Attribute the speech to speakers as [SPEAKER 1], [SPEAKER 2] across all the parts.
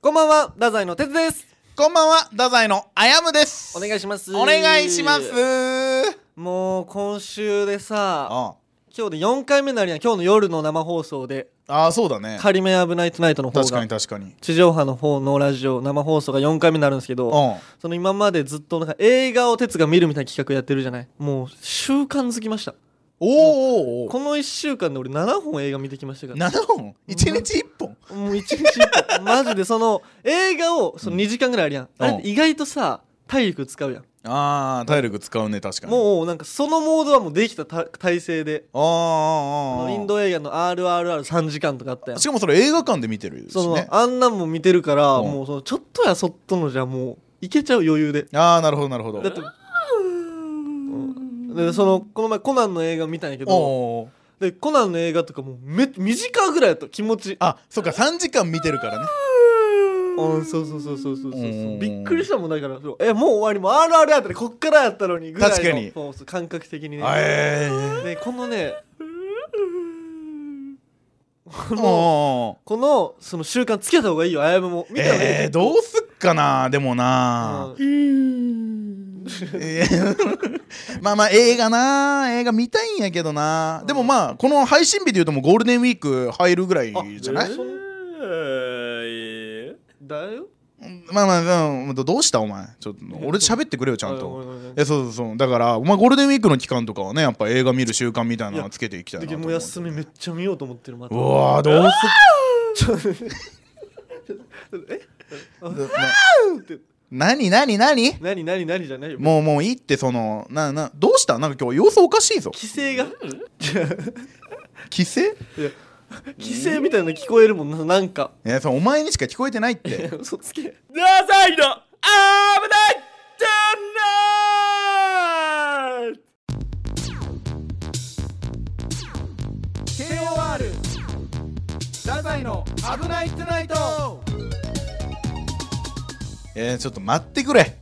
[SPEAKER 1] こんばんは、太宰の哲です。
[SPEAKER 2] こんばんは、太宰のあやむです。
[SPEAKER 1] お願いします。
[SPEAKER 2] お願いします。
[SPEAKER 1] もう今週でさ、
[SPEAKER 2] あ
[SPEAKER 1] 今日で4回目になるやん。今日の夜の生放送で、
[SPEAKER 2] あ、あそうだね。
[SPEAKER 1] 仮面危ないトゥナイトの方
[SPEAKER 2] 確か
[SPEAKER 1] が
[SPEAKER 2] に、確かに。
[SPEAKER 1] 地上波の方のラジオ生放送が4回目になるんですけ
[SPEAKER 2] う
[SPEAKER 1] ど、
[SPEAKER 2] ん。
[SPEAKER 1] その今までずっとなんか映画を哲が見るみたいな企画やってるじゃない。もう習慣づきました。
[SPEAKER 2] おーおーおー
[SPEAKER 1] この1週間で俺7本映画見てきましたから。
[SPEAKER 2] 7本 ?1 日1本
[SPEAKER 1] もう一日一本マジでその映画をその2時間ぐらいあるやん、あれって意外とさ体力使うやん
[SPEAKER 2] ああ、体力使うね、確かに。う、
[SPEAKER 1] もうなんかそのモードはもうできたた体勢で
[SPEAKER 2] あー
[SPEAKER 1] あ
[SPEAKER 2] あー、あ
[SPEAKER 1] のイ
[SPEAKER 2] ー
[SPEAKER 1] ンド映画の「RRR3 時間」とかあったやん
[SPEAKER 2] しかもそれ映画館で見てるし
[SPEAKER 1] その、
[SPEAKER 2] ね。
[SPEAKER 1] あんなんも見てるから、
[SPEAKER 2] うん
[SPEAKER 1] もうそのちょっとやそっとのじゃもういけちゃう余裕で
[SPEAKER 2] ああ、なるほど、なるほど。
[SPEAKER 1] だってうんでそのこの前コナンの映画見たんやけ
[SPEAKER 2] おー
[SPEAKER 1] ど
[SPEAKER 2] おー
[SPEAKER 1] でコナンの映画とかもうめ2時間ぐらいやった気持ち
[SPEAKER 2] あ、そっか、3時間見てるからね。
[SPEAKER 1] うん、そうそうそうそうそうそう
[SPEAKER 2] うん
[SPEAKER 1] びっくりしたもんだからそうえもう終わりもう RR やったらこっからやったのにぐらいの
[SPEAKER 2] 確かに
[SPEAKER 1] そうそう感覚的にね、
[SPEAKER 2] ええ。
[SPEAKER 1] でこのねこ
[SPEAKER 2] おー
[SPEAKER 1] の
[SPEAKER 2] お
[SPEAKER 1] このその習慣つけた方がいいよあやむも見
[SPEAKER 2] ー。
[SPEAKER 1] たよね、
[SPEAKER 2] えー、どうすっかな、でもな。
[SPEAKER 1] うん
[SPEAKER 2] えーまあまあ映画な映画見たいんやけどなでもまあこの配信日でいうともうゴールデンウィーク入るぐらいじゃない
[SPEAKER 1] あえーだよ
[SPEAKER 2] まあまあまあどどうしたお前ちょっと俺喋ってくれよちゃん
[SPEAKER 1] あごめんごめんご
[SPEAKER 2] と
[SPEAKER 1] めん
[SPEAKER 2] えそうそうそうだからお前ゴールデンウィークの期間とかはねやっぱ映画見る習慣みたいなのつけていきたいな
[SPEAKER 1] で
[SPEAKER 2] と思
[SPEAKER 1] も
[SPEAKER 2] う
[SPEAKER 1] う
[SPEAKER 2] う
[SPEAKER 1] 休みめっちゃ見ようと思ってるまた
[SPEAKER 2] わーどうすっ何何 何
[SPEAKER 1] 何何何じゃないよ
[SPEAKER 2] もうもういいってそのななどうしたなんか今日様子おかしいぞ
[SPEAKER 1] 規制が
[SPEAKER 2] 規制
[SPEAKER 1] 規制みたいなの聞こえるもんななんか
[SPEAKER 2] いやそうお前にしか聞こえてないって
[SPEAKER 1] 嘘つけ
[SPEAKER 3] ダサいの危ないじゃない
[SPEAKER 1] KOR ダザイの危ないトゥナイト
[SPEAKER 2] えー、ちょっと待ってくれ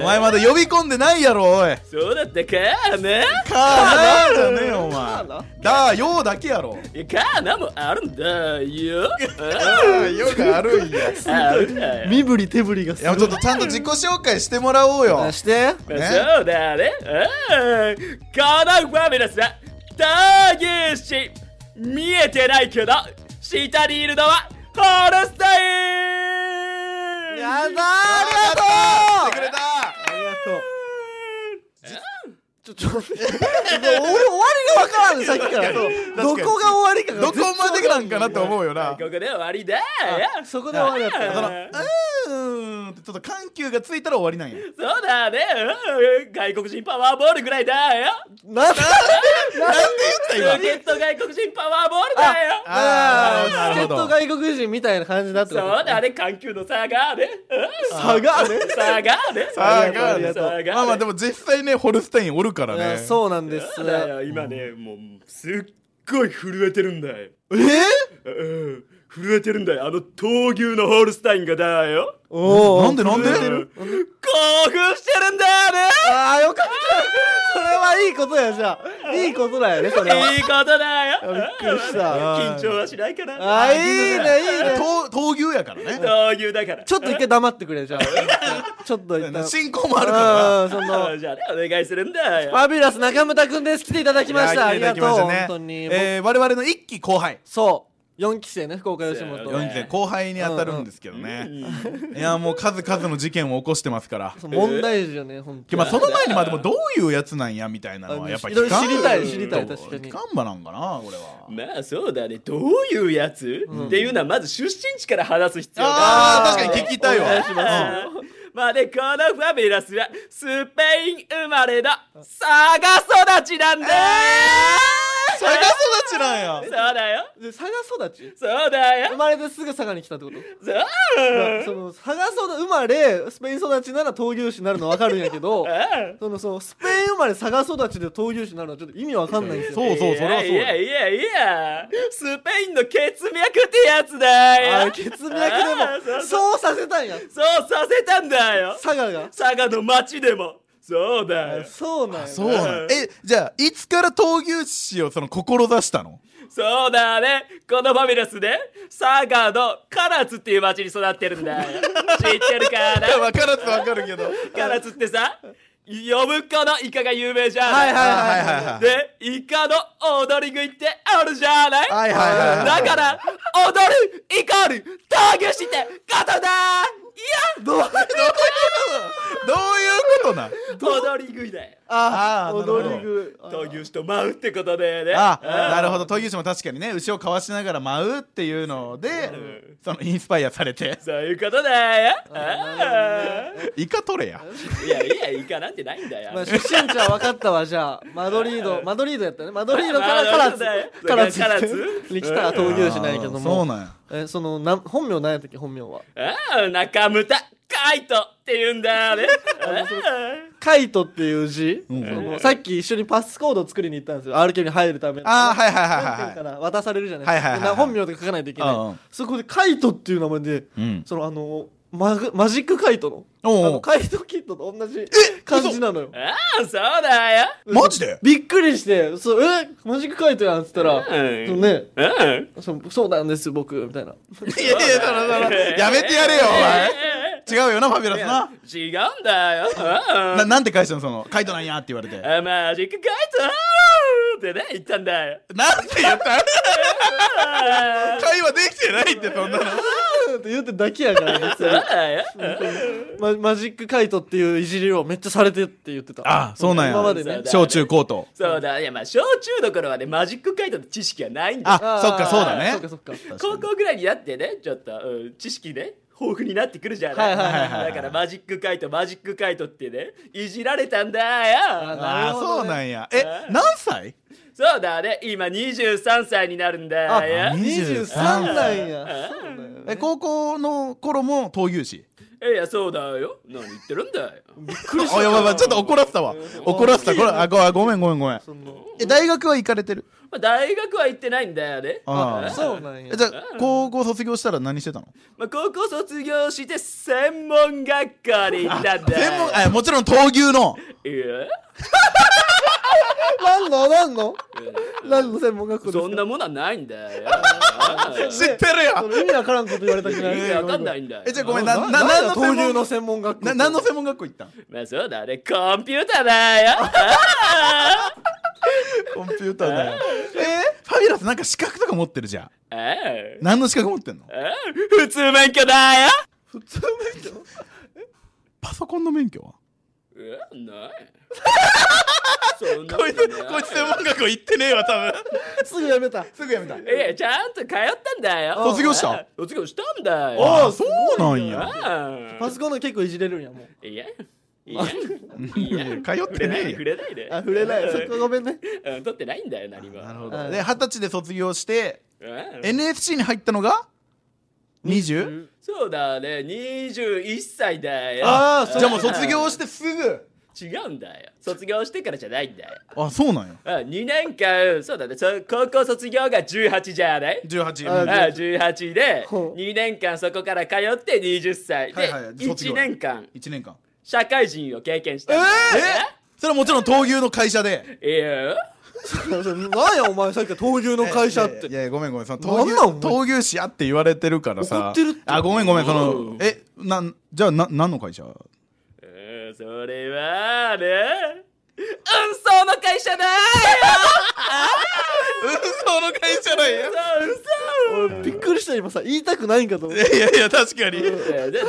[SPEAKER 2] お前まだ呼び込んでないやろおい
[SPEAKER 3] そうだったかーね
[SPEAKER 2] カーナーじゃねえよお
[SPEAKER 1] カーナ
[SPEAKER 2] 前だーよーだけやろ
[SPEAKER 3] いやカーナもあるんだよ
[SPEAKER 2] よがあるんやい
[SPEAKER 3] あるんだよ
[SPEAKER 1] 身振り手振りがす
[SPEAKER 2] やちょっとちゃんと自己紹介してもらおうよ
[SPEAKER 1] して
[SPEAKER 2] ね
[SPEAKER 3] そうだねうんこのファミレスは大牛し見えてないけど下にいるのはホルスタイン
[SPEAKER 1] やだーありが
[SPEAKER 2] あ
[SPEAKER 1] とう
[SPEAKER 2] りがとう来てくれ
[SPEAKER 1] ありが
[SPEAKER 2] た
[SPEAKER 1] とうちょちょっと待って俺終わりが分からんさっきからそうど
[SPEAKER 2] 確
[SPEAKER 1] こ
[SPEAKER 2] かに
[SPEAKER 1] が終わりかが
[SPEAKER 2] どこまでなんかなって
[SPEAKER 1] う
[SPEAKER 2] 思うよな
[SPEAKER 3] ここで終わりだ
[SPEAKER 1] あそこで終わりだった
[SPEAKER 2] そのうーんってちょっと緩急がついたら終わりなんや
[SPEAKER 3] そうだねうん外国人パワーボールぐらいだよ
[SPEAKER 1] なんで
[SPEAKER 2] なんで
[SPEAKER 3] チ
[SPEAKER 2] 言った今
[SPEAKER 3] ケット外国人パワーボールだよ
[SPEAKER 2] あー
[SPEAKER 1] チケット外国人みたいな感じだって
[SPEAKER 3] そ
[SPEAKER 1] こと
[SPEAKER 3] うだね緩急の差があるうん
[SPEAKER 1] 差がある
[SPEAKER 3] 差がある
[SPEAKER 2] あー
[SPEAKER 1] ありがとう
[SPEAKER 3] 差がある
[SPEAKER 2] まあまあでも実際ねホルスタインおるから
[SPEAKER 1] いや
[SPEAKER 2] ね
[SPEAKER 1] そうなんです
[SPEAKER 3] そうだよ今ねもうすっごい震えてるんだよ
[SPEAKER 2] えー、
[SPEAKER 3] うん震えてるんだよあの闘牛のホールスタインがだよ
[SPEAKER 1] おー
[SPEAKER 2] なんでなんで
[SPEAKER 1] 震えて
[SPEAKER 3] う
[SPEAKER 1] る
[SPEAKER 3] ん興奮してるんだよね
[SPEAKER 1] ああよかったそれはいいことやじゃあいいことだよねそれはい
[SPEAKER 3] いことだよ
[SPEAKER 1] びっくりした
[SPEAKER 3] 緊張はしないから
[SPEAKER 1] あーいいねいいね
[SPEAKER 2] 闘闘牛やからね
[SPEAKER 3] 闘牛だから
[SPEAKER 1] ちょっと一回黙ってくれじゃあちょっと一旦
[SPEAKER 2] 進行もあるから
[SPEAKER 1] うんその
[SPEAKER 3] あじゃあねお願いするんだ
[SPEAKER 1] フ
[SPEAKER 3] よ
[SPEAKER 1] ァビュラス中村くんです来ていただきましたありがとう本当に、
[SPEAKER 2] えー、我々の一期後輩
[SPEAKER 1] 僕そう4期生ね福岡吉本
[SPEAKER 3] そう
[SPEAKER 2] 4期生後輩に当たるんですけどね、いやもう数々の事件を起こしてますから、
[SPEAKER 1] そう問題児よね本当
[SPEAKER 2] まあ、その前にまあでもどういうやつなんやみたいなのはやっぱ
[SPEAKER 1] いろいろ
[SPEAKER 2] かん
[SPEAKER 1] 知りたい知りたい確かに
[SPEAKER 2] 期間馬なんかなこれは
[SPEAKER 3] まあそうだねどういうやつ、っていうのはまず出身地から話す必要が
[SPEAKER 2] あ
[SPEAKER 3] あ
[SPEAKER 2] あ
[SPEAKER 3] る
[SPEAKER 2] 確かに聞きたいわ
[SPEAKER 1] お願いします
[SPEAKER 2] うん
[SPEAKER 3] うんまあねこのファビュラスはスペイン生まれの佐賀育ちなんだよ、
[SPEAKER 2] 佐賀育ちなんや
[SPEAKER 3] そうだよ
[SPEAKER 1] で佐賀育ち
[SPEAKER 3] そうだ
[SPEAKER 1] 生
[SPEAKER 3] よ
[SPEAKER 1] まれてすぐ佐賀に来たってこと
[SPEAKER 3] そう
[SPEAKER 1] まあその佐賀育生まれスペイン育ちなら闘牛士になるの分かるんやけど そのそうスペイン生まれ佐賀育ちで闘牛士になるのはちょっと意味わかんないんですよ
[SPEAKER 2] そうそうそれはそう
[SPEAKER 3] いやいやいやスペインの血脈ってやつだ
[SPEAKER 1] あー
[SPEAKER 3] よ
[SPEAKER 1] 血脈で
[SPEAKER 3] あ
[SPEAKER 1] も
[SPEAKER 3] ーそうそう
[SPEAKER 1] そうさせたんや
[SPEAKER 3] そうさせたんだよ
[SPEAKER 1] 佐賀が
[SPEAKER 3] 佐賀の町でもそうだよ
[SPEAKER 1] そうなんや
[SPEAKER 2] そうなんえじゃあいつから闘牛士をその志したの
[SPEAKER 3] そうだねこのファミレスで佐賀の唐津っていう町に育ってるん だよ知ってるかな
[SPEAKER 2] 分からず分かるけど
[SPEAKER 3] 唐津ってさ呼ぶこのイカが有名じゃん、
[SPEAKER 1] はいはい
[SPEAKER 2] はいはいはい
[SPEAKER 3] でイカの踊り食いってあるじゃない、
[SPEAKER 2] はいはいはいはい
[SPEAKER 3] だから踊るイコール投げしてことだい
[SPEAKER 1] どういうこと
[SPEAKER 2] どういうことなん
[SPEAKER 3] や踊り食いだよ
[SPEAKER 1] あ
[SPEAKER 2] あー
[SPEAKER 1] 踊り具
[SPEAKER 3] 闘牛士と舞うってことだよ ね
[SPEAKER 2] あ
[SPEAKER 3] うん
[SPEAKER 2] なるほど闘牛士も確かにね牛をかわしながら舞うっていうので
[SPEAKER 3] ん
[SPEAKER 2] そのインスパイアされて
[SPEAKER 3] そういうことだよ
[SPEAKER 1] な
[SPEAKER 2] イカ取れや
[SPEAKER 3] うんいやいやイカなんてないんだよ
[SPEAKER 1] まあ、出身地は分かったわじゃあマドリードマドリードやったねマドリードから
[SPEAKER 3] まあ
[SPEAKER 1] カ
[SPEAKER 3] ま
[SPEAKER 1] ラ
[SPEAKER 3] あ
[SPEAKER 1] ツ
[SPEAKER 3] まあ
[SPEAKER 1] カラツ
[SPEAKER 3] カラツ
[SPEAKER 1] に来た闘牛士なんやけども
[SPEAKER 2] あーそうなんや
[SPEAKER 1] えそのな本名なんやったっけ本名は
[SPEAKER 3] ああ中村カイトって言うんだよね
[SPEAKER 1] カイトっていう字、
[SPEAKER 2] うん
[SPEAKER 1] そのさっき一緒にパスコードを作りに行ったんですよ RK に入るための
[SPEAKER 2] あーはいはいはい
[SPEAKER 1] なんて
[SPEAKER 2] は
[SPEAKER 1] う
[SPEAKER 2] い
[SPEAKER 1] か
[SPEAKER 2] はい
[SPEAKER 1] な渡されるじゃないですか、
[SPEAKER 2] はいはいはいは
[SPEAKER 1] な
[SPEAKER 2] い
[SPEAKER 1] 本名とか書かないといけない、
[SPEAKER 2] うんうん
[SPEAKER 1] そこでカイトっていう名前で、
[SPEAKER 2] うん
[SPEAKER 1] そのあのマグマジックカイトの
[SPEAKER 2] おうおう
[SPEAKER 1] あのカイトキットと同じ感じなのよ
[SPEAKER 3] ああそうだよ
[SPEAKER 2] マジで
[SPEAKER 1] びっくりして「そうえマジックカイトやん」っつったら「
[SPEAKER 3] うん
[SPEAKER 1] そうね
[SPEAKER 3] うん
[SPEAKER 1] そうそうなんです僕」みたいな
[SPEAKER 2] いやいやそらそら やめてやれよお前違うよなファビュラスな
[SPEAKER 3] 違うんだようん
[SPEAKER 2] ななんて返したのそのカイトなんやって言われて
[SPEAKER 3] あマジックカイトってね言ったんだよ
[SPEAKER 2] なんて言った
[SPEAKER 3] ああ
[SPEAKER 2] 会話できてないってそんなの
[SPEAKER 1] って言ってだけやから別
[SPEAKER 3] そ う
[SPEAKER 1] に
[SPEAKER 3] だよ
[SPEAKER 1] ママジックカイトっていういじりをめっちゃされてって言ってた
[SPEAKER 2] あそうなんや
[SPEAKER 1] 今までね
[SPEAKER 2] 小中高と
[SPEAKER 3] そうだいやまあ小中の頃はねマジックカイトの知識はないんだよ
[SPEAKER 2] あそっかそうだ
[SPEAKER 1] そ
[SPEAKER 2] ね
[SPEAKER 1] っかそっか
[SPEAKER 3] 高校ぐらいになってねちょっと、うん知識ね豊富になってくるじゃな
[SPEAKER 1] は
[SPEAKER 3] い,、
[SPEAKER 1] いはいはい
[SPEAKER 2] はい
[SPEAKER 3] だからマジックカイトマジックカイトってねいじられたんだよ
[SPEAKER 1] あな
[SPEAKER 2] あ
[SPEAKER 1] るほどね
[SPEAKER 2] そうなんやえ
[SPEAKER 3] え
[SPEAKER 2] 何歳
[SPEAKER 3] そうだね今23歳になるんだ
[SPEAKER 1] あ
[SPEAKER 3] よ
[SPEAKER 2] に
[SPEAKER 1] 23なんやそうだよ
[SPEAKER 2] え
[SPEAKER 1] ね
[SPEAKER 2] 高校の頃も闘牛士
[SPEAKER 3] いやそうだよ何言ってるんだよ
[SPEAKER 1] びっくりし
[SPEAKER 2] あ
[SPEAKER 1] た
[SPEAKER 2] やばいやばいちょっと怒らせたわ怒らせたこれあごあごめんごめんごめん
[SPEAKER 1] その
[SPEAKER 2] え大学は行かれてる
[SPEAKER 3] まあ大学は行ってないんだよね
[SPEAKER 2] あー
[SPEAKER 1] そうなんや
[SPEAKER 2] えじゃあ高校卒業したら何してたの
[SPEAKER 3] まあ、高校卒業して専門学校に行ったんだよ
[SPEAKER 2] 専門あもちろん闘牛の
[SPEAKER 3] いや
[SPEAKER 1] 何の何の何の専門学校ですか
[SPEAKER 3] そんなものはないんだよ
[SPEAKER 2] 知ってる
[SPEAKER 1] そ
[SPEAKER 2] よ
[SPEAKER 1] の意味わからんこと言われたくない
[SPEAKER 3] 意味わかんないんだよ
[SPEAKER 2] えじゃあごめんなな
[SPEAKER 1] な何だ
[SPEAKER 2] 何の専
[SPEAKER 1] 闘牛
[SPEAKER 2] 門
[SPEAKER 1] の専門学校
[SPEAKER 2] な何の専門学校行ったん
[SPEAKER 3] まあそうだねコンピューターだよ
[SPEAKER 2] コンピューターだよえファビュラスなんか資格とか持ってるじゃん
[SPEAKER 3] ああ
[SPEAKER 2] 何の資格持ってんの
[SPEAKER 3] あ普通免許だ
[SPEAKER 1] 普通免許
[SPEAKER 2] パソコンの免許は
[SPEAKER 3] よえないそんな
[SPEAKER 2] こいつ
[SPEAKER 3] ない
[SPEAKER 2] こいつ専門学校行ってねえわ多分
[SPEAKER 1] すぐやめた
[SPEAKER 2] すぐやめた
[SPEAKER 3] いやちゃんと通ったんだよ
[SPEAKER 2] 卒業した
[SPEAKER 3] あ卒業したんだよ
[SPEAKER 2] ああそうなんや
[SPEAKER 3] あ
[SPEAKER 1] パソコンの結構いじれるんやもう
[SPEAKER 3] いやいや
[SPEAKER 2] いや通っ
[SPEAKER 3] 触
[SPEAKER 2] て
[SPEAKER 3] れな
[SPEAKER 2] ね
[SPEAKER 3] い
[SPEAKER 2] えよ
[SPEAKER 3] 触れないで
[SPEAKER 1] あ触れないそこごめんね
[SPEAKER 3] うん取ってないんだよ何も
[SPEAKER 2] なるほ
[SPEAKER 1] は
[SPEAKER 2] ど
[SPEAKER 1] い
[SPEAKER 2] で二十歳で卒業して
[SPEAKER 3] うん
[SPEAKER 2] NFC に入ったのが 20?
[SPEAKER 3] そうだね21歳だよ
[SPEAKER 1] あー
[SPEAKER 2] じゃあもう卒業してすぐ
[SPEAKER 3] 違うんだよ卒業してからじゃないんだよ
[SPEAKER 2] あそうなんや
[SPEAKER 3] あ2年間そうだねそ高校卒業が18じゃない
[SPEAKER 1] あ
[SPEAKER 2] 18
[SPEAKER 3] あ18で
[SPEAKER 1] ほう
[SPEAKER 3] 2年間そこから通って20歳
[SPEAKER 2] は
[SPEAKER 3] で
[SPEAKER 2] いはい卒業
[SPEAKER 3] 1年間
[SPEAKER 2] 1年間
[SPEAKER 3] 社会人を経験した
[SPEAKER 2] それはもちろん闘牛の会社で
[SPEAKER 3] ええ
[SPEAKER 1] 何やお前さっきから闘牛の会社っ
[SPEAKER 2] い
[SPEAKER 1] て
[SPEAKER 2] やいやごめんごめんその闘
[SPEAKER 1] なん
[SPEAKER 2] 牛
[SPEAKER 1] なんお前
[SPEAKER 2] 闘牛士やって言われてるから
[SPEAKER 1] 怒
[SPEAKER 2] さ
[SPEAKER 1] ってるって
[SPEAKER 2] あごめんごめんそ
[SPEAKER 3] うん
[SPEAKER 2] のえなんじゃあな何の会社
[SPEAKER 3] うんそれはね運送の会社だよ
[SPEAKER 2] 運送の会社なんや
[SPEAKER 3] そう運送
[SPEAKER 1] びっくりした今さ言いたくないんかと思って
[SPEAKER 2] いやいや確かに
[SPEAKER 3] ででで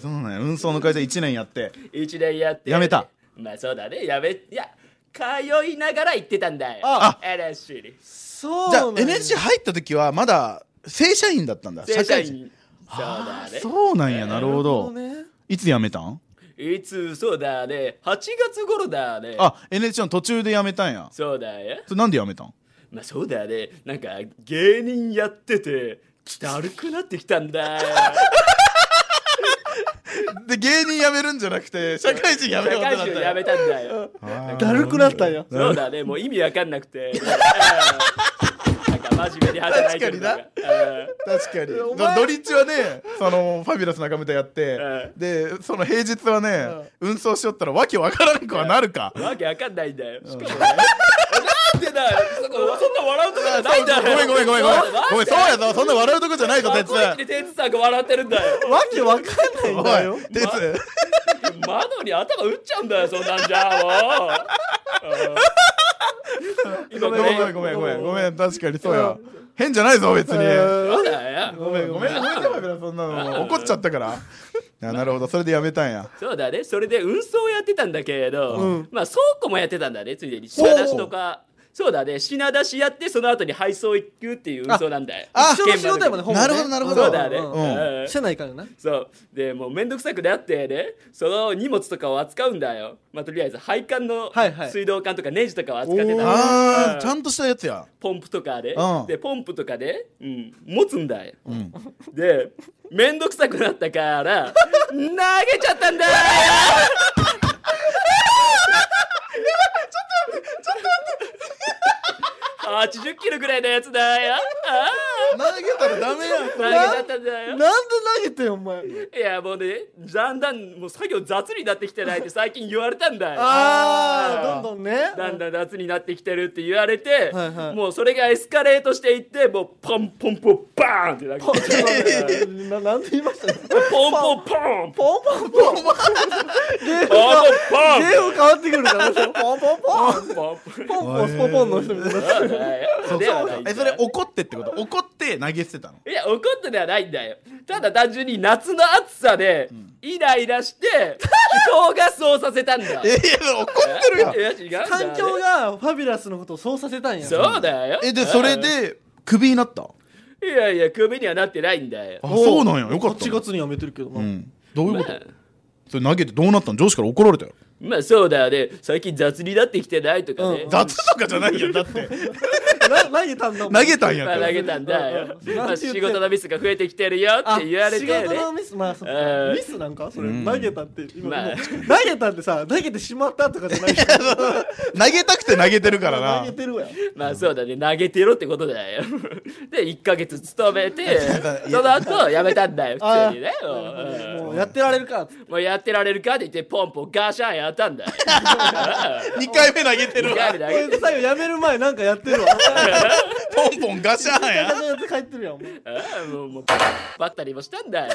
[SPEAKER 2] そうなんや運送の会社1年やって
[SPEAKER 3] 一年やって
[SPEAKER 2] やめた
[SPEAKER 3] まあそうだねやめいや通いながら行ってたんだよ
[SPEAKER 1] あ
[SPEAKER 3] NSC に
[SPEAKER 1] そう
[SPEAKER 2] じゃあ
[SPEAKER 1] なんや
[SPEAKER 2] NSC 入った時はまだ正社員だったんだ
[SPEAKER 3] 正社
[SPEAKER 2] 社会人
[SPEAKER 3] 員そうだ
[SPEAKER 2] あー
[SPEAKER 3] ね
[SPEAKER 2] そうなんやなるほど
[SPEAKER 1] ね
[SPEAKER 2] いつ辞めたん
[SPEAKER 3] いつそうだね8月頃だね
[SPEAKER 2] あ NSC の途中で辞めたんや
[SPEAKER 3] そうだよ
[SPEAKER 2] それなんで辞めたん
[SPEAKER 3] まあそうだねなんか芸人やっててだるくなってきたんだ よ
[SPEAKER 2] で芸人辞めるんじゃなくて社会人辞
[SPEAKER 3] 社
[SPEAKER 2] めようって
[SPEAKER 3] 会
[SPEAKER 2] なった
[SPEAKER 3] 人
[SPEAKER 2] ん
[SPEAKER 3] や
[SPEAKER 2] や
[SPEAKER 3] めたんだよ
[SPEAKER 1] だるくなったんや
[SPEAKER 3] そうだねもう意味わかんな くてうんなんか真面目に働いてるのが
[SPEAKER 2] 確
[SPEAKER 3] うん
[SPEAKER 2] 確かに
[SPEAKER 1] お
[SPEAKER 2] まあ
[SPEAKER 1] 前
[SPEAKER 2] 土日はねそのファビュラス中村やってでその平日はね運送しよったらわけわからんくはなるか
[SPEAKER 3] わけわかんないんだよ。しかも、ね、なんでだよそこそんな笑うとこじゃないんだよ
[SPEAKER 2] ごめんごめんごめんごめんごめんそうやぞそんな笑うとこじゃないぞ
[SPEAKER 3] なん
[SPEAKER 2] 鉄
[SPEAKER 3] でこいつで鉄さんが笑ってるんだよ
[SPEAKER 1] わけわかんないんだよ
[SPEAKER 2] おい鉄
[SPEAKER 3] 窓に頭打っちゃうんだよそんなんじゃもううん今
[SPEAKER 2] ご
[SPEAKER 3] ご
[SPEAKER 2] めん
[SPEAKER 3] めん
[SPEAKER 2] ごめんごめんごめんごめん確かにそうや変じゃないぞ別に
[SPEAKER 1] うん
[SPEAKER 3] そうだよ
[SPEAKER 2] ごめんごめんごめんごめんそんなの怒っちゃったからあなるほどそれでやめたんや
[SPEAKER 3] そうだねそれで運送をやってたんだけれど、
[SPEAKER 1] うん
[SPEAKER 3] まあ倉庫もやってたんだねついでに品出しとかそうだね品出しやってその後に配送行くっていう運送なんだよ
[SPEAKER 2] あ
[SPEAKER 1] 一緒の仕事やもんねほぼね
[SPEAKER 2] なるほどなるほど
[SPEAKER 3] そうだね、
[SPEAKER 1] うん
[SPEAKER 2] ん
[SPEAKER 3] うん
[SPEAKER 1] してないからな
[SPEAKER 3] そうでもうめんどくさくなってねその荷物とかを扱うんだよまあとりあえず配管の
[SPEAKER 1] はいはい
[SPEAKER 3] 水道管とかネジとかを扱ってたんだよ
[SPEAKER 2] あ
[SPEAKER 3] う
[SPEAKER 2] ー
[SPEAKER 3] ん
[SPEAKER 2] ちゃんとしたやつや
[SPEAKER 3] ポンプとかで、
[SPEAKER 2] うん
[SPEAKER 3] でポンプとかで、うん、持つんだよ
[SPEAKER 2] うん
[SPEAKER 3] でめんどくさくなったから投げちゃったんだよやばいちょっと待ってちょっと待って80キロぐらいのやつだよあ
[SPEAKER 2] 投げたらダメやん
[SPEAKER 3] あ投げちゃったんだ
[SPEAKER 1] な
[SPEAKER 3] よ
[SPEAKER 1] んで投げてんお前
[SPEAKER 3] いやもうねだんだんもう作業雑になってきてないって最近言われたんだよ
[SPEAKER 1] あ
[SPEAKER 2] あ
[SPEAKER 1] あ
[SPEAKER 2] ー
[SPEAKER 1] どんどんね
[SPEAKER 3] だんだん夏になってきてるって言われて、
[SPEAKER 1] はいはい
[SPEAKER 3] もうそれがエスカレートしていってもうポンポンポンバーンってなって
[SPEAKER 1] ちょっと待 ってななんて言いました
[SPEAKER 3] ポンポンポ ンポン
[SPEAKER 1] ポンポンポン
[SPEAKER 3] ポンポン
[SPEAKER 1] ゲーム変わってくるからポンポンポン
[SPEAKER 3] ポンポン
[SPEAKER 1] ポンポンスポポンの人みたいになってる
[SPEAKER 3] そうではないんだ
[SPEAKER 2] え
[SPEAKER 3] よ
[SPEAKER 2] それ怒ってってこと怒って投げ捨てたの
[SPEAKER 3] いや怒ってではないんだよただ単純に夏の暑さでイライラして人がそうさせたんだ
[SPEAKER 2] え怒ってるやん
[SPEAKER 3] いや違うんだよ
[SPEAKER 1] 環境がファビュラスのことをそうさせたんや
[SPEAKER 3] そうだよ
[SPEAKER 2] えでそれでクビになったあ
[SPEAKER 3] いやいやクビにはなってないんだよ
[SPEAKER 2] そうなんやよかった
[SPEAKER 1] 8月にはめてるけどな、
[SPEAKER 2] うんどういう
[SPEAKER 3] ま
[SPEAKER 2] こ
[SPEAKER 3] あ
[SPEAKER 2] とそれ投げてどうなったの上司から怒られたよ
[SPEAKER 3] まあそうだよね最近雑になってきてないとかね
[SPEAKER 1] うん
[SPEAKER 2] 雑とかじゃないよだって
[SPEAKER 1] な投げたんだもん
[SPEAKER 2] 投げたんや
[SPEAKER 3] まあ
[SPEAKER 2] か
[SPEAKER 3] 投
[SPEAKER 2] ら
[SPEAKER 3] げたんだよ
[SPEAKER 1] うん
[SPEAKER 3] まあ仕事のミスが増えてきてるよ
[SPEAKER 1] あ
[SPEAKER 3] って言われて
[SPEAKER 1] 仕
[SPEAKER 3] ね
[SPEAKER 1] 事のミスまあそっ
[SPEAKER 3] う
[SPEAKER 1] か
[SPEAKER 3] ん
[SPEAKER 1] ミスなんかそれ、
[SPEAKER 2] うん
[SPEAKER 1] 投げたって今、
[SPEAKER 3] まあ
[SPEAKER 1] もう投げたってさ投げてしまったとかじゃ ないから
[SPEAKER 2] 投げたくて投げてるから
[SPEAKER 1] 投
[SPEAKER 2] な
[SPEAKER 1] げてるわ
[SPEAKER 3] まあそうだね投げてろってことだよで1ヶ月勤めてその後辞めたんだよ普通にねもう
[SPEAKER 1] もうやってられるかっつって
[SPEAKER 3] もうやってられるかって言ってポンポンガシャンやったんだよ
[SPEAKER 2] 2回目投げてる
[SPEAKER 3] ガ
[SPEAKER 2] わ
[SPEAKER 3] リ投げ
[SPEAKER 1] これ最後やめる前なんかやって るわ
[SPEAKER 2] ポンポンガシャンや
[SPEAKER 1] やって帰ってるやんもう
[SPEAKER 3] ああもうもうバッタリもしたんだよ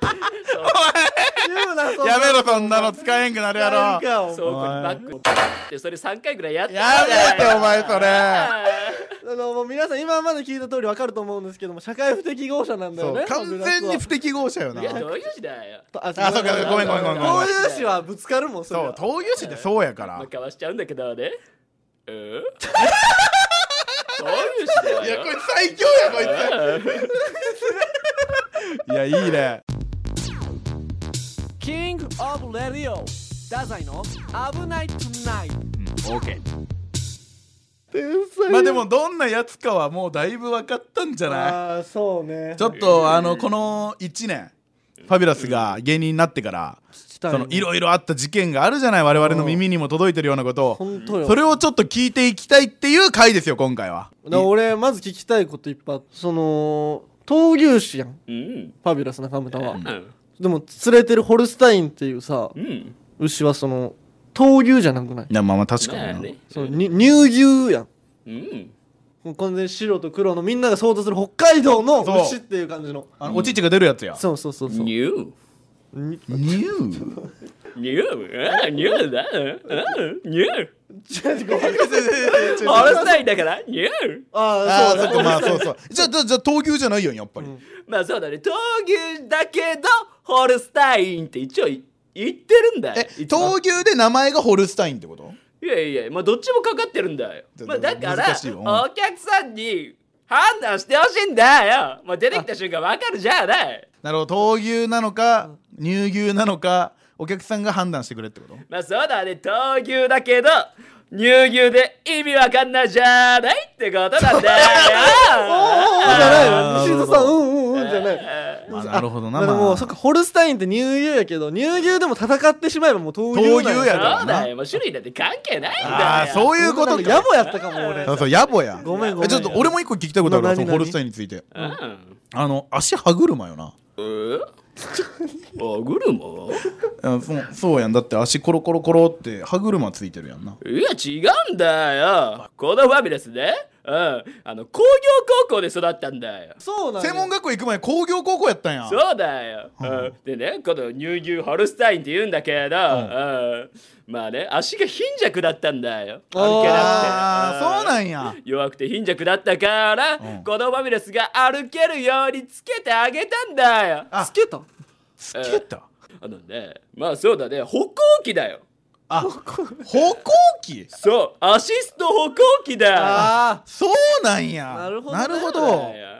[SPEAKER 1] 言うなそんな
[SPEAKER 2] やめろそんなの使えんくなるやろ
[SPEAKER 1] やるか
[SPEAKER 3] そう
[SPEAKER 1] お
[SPEAKER 3] こにバックでそれ3回ぐらいやったん
[SPEAKER 2] や
[SPEAKER 3] だよ
[SPEAKER 2] めてお前 それ
[SPEAKER 1] あのもう皆さん今まで聞いた通りわかると思うんですけども社会不適合者なんだ
[SPEAKER 2] そ
[SPEAKER 1] よ
[SPEAKER 2] う
[SPEAKER 1] ね
[SPEAKER 2] 完全に不適合者よない
[SPEAKER 3] やどういう字だよ
[SPEAKER 1] あ
[SPEAKER 2] あそうかごめんごめんごめんごめん
[SPEAKER 1] こういう詞はぶつかるもんそれ
[SPEAKER 2] そう
[SPEAKER 1] は
[SPEAKER 2] 闘牛士ってそうやから
[SPEAKER 3] まあ、かわしちゃうんだけどねうんどういう字だよ
[SPEAKER 2] いやこれ最強やこいつ いやいいね
[SPEAKER 1] キングオブレディオダザイの危ないトゥナイト
[SPEAKER 2] オーケー
[SPEAKER 1] 天才
[SPEAKER 2] まあでもどんなやつかはもうだいぶ分かったんじゃない
[SPEAKER 1] ああそうね
[SPEAKER 2] ちょっとあのこの1年ファビュラスが芸人になってからそのいろいろあった事件があるじゃない我々の耳にも届いてるようなことを
[SPEAKER 1] 本当よ
[SPEAKER 2] それをちょっと聞いていきたいっていう回ですよ今回は
[SPEAKER 1] だから俺まず聞きたいこといっぱいあってその闘牛士やん
[SPEAKER 3] うん
[SPEAKER 1] ファビュラス中村は
[SPEAKER 3] うん
[SPEAKER 1] でも連れてるホルスタインっていうさ
[SPEAKER 3] うん
[SPEAKER 1] 牛はその闘牛じゃなくない
[SPEAKER 2] いやまあまあ確かに
[SPEAKER 3] まあ
[SPEAKER 2] な
[SPEAKER 3] ね
[SPEAKER 1] そのに乳牛やん
[SPEAKER 3] うん
[SPEAKER 1] もう完全に白と黒のみんなが想像する北海道の
[SPEAKER 2] そう
[SPEAKER 1] 牛っていう感じの
[SPEAKER 2] あのお乳が出るやつや
[SPEAKER 1] そうそうそうそう
[SPEAKER 3] ニュー
[SPEAKER 1] に
[SPEAKER 2] ニ ュ
[SPEAKER 3] ニューうんニューだうんうんニュー
[SPEAKER 1] ちょっとごめん
[SPEAKER 2] ー
[SPEAKER 3] ホルスタインだからニュー
[SPEAKER 1] あ
[SPEAKER 2] あ
[SPEAKER 1] あそ
[SPEAKER 2] あそうっ
[SPEAKER 1] だ
[SPEAKER 2] かまあそうそうじゃあじゃあじゃあ闘牛じゃないやんやっぱり、
[SPEAKER 1] うん
[SPEAKER 3] まあそうだね闘牛だけどホルスタインって一応い言ってるんだよ
[SPEAKER 2] え闘牛で名前がホルスタインってこと
[SPEAKER 3] いやいやまあどっちもかかってるんだよ
[SPEAKER 2] ちょっと
[SPEAKER 3] まあだから
[SPEAKER 2] 難しいようん
[SPEAKER 3] お客さんに判断してほしいんだよもう出てきた瞬間わかるじゃない
[SPEAKER 2] なるほど闘牛なのか乳牛なのかお客さんが判断してくれってこと
[SPEAKER 3] まあそうだね闘牛だけど乳牛で意味わかんないじゃないってことなんだよ
[SPEAKER 1] お ーじゃない
[SPEAKER 2] あ
[SPEAKER 1] の
[SPEAKER 2] ー
[SPEAKER 1] 西戸さんうんうんうんじゃない
[SPEAKER 2] あなるほどな
[SPEAKER 1] で
[SPEAKER 2] まあ
[SPEAKER 1] もうそっかホルスタインって乳牛やけど乳牛でも戦ってしまえばもう闘牛なん
[SPEAKER 2] 闘牛やろ
[SPEAKER 3] そうだよもう種類だって関係ないんだよ
[SPEAKER 2] ああそういうことか
[SPEAKER 1] 野暮やったかも俺
[SPEAKER 2] あそう野暮や
[SPEAKER 1] ごめんごめん
[SPEAKER 2] えちょっと俺も一個聞きたいことあるわ
[SPEAKER 1] な
[SPEAKER 2] そ
[SPEAKER 1] 何
[SPEAKER 2] のホルスタインについてあの足歯車よな
[SPEAKER 3] うん歯車
[SPEAKER 2] あそうそうやんだって足コロコロコロって歯車ついてるやんない
[SPEAKER 3] や違うんだよこのファミレスねうんあの工業高校で育ったんだよ
[SPEAKER 1] そうなんや
[SPEAKER 2] 専門学校行く前工業高校やったんや
[SPEAKER 3] そうだよ、うん
[SPEAKER 2] うん
[SPEAKER 3] でねこの乳牛ホルスタインって言うんだけど、うんまあね足が貧弱だったんだよ歩けなく
[SPEAKER 2] あ
[SPEAKER 3] て
[SPEAKER 2] ーそうなんんや
[SPEAKER 3] 弱くて貧弱だったから、
[SPEAKER 2] うん
[SPEAKER 3] このファミレスが歩けるようにつけてあげたんだよ
[SPEAKER 2] あ
[SPEAKER 1] つけた
[SPEAKER 2] つけた
[SPEAKER 3] あのねまあそうだね歩行器だよ
[SPEAKER 2] あ歩行器
[SPEAKER 3] そうアシスト歩行器だよ
[SPEAKER 1] あ
[SPEAKER 2] そうなんや
[SPEAKER 1] なるほどね
[SPEAKER 2] なるほど
[SPEAKER 3] いや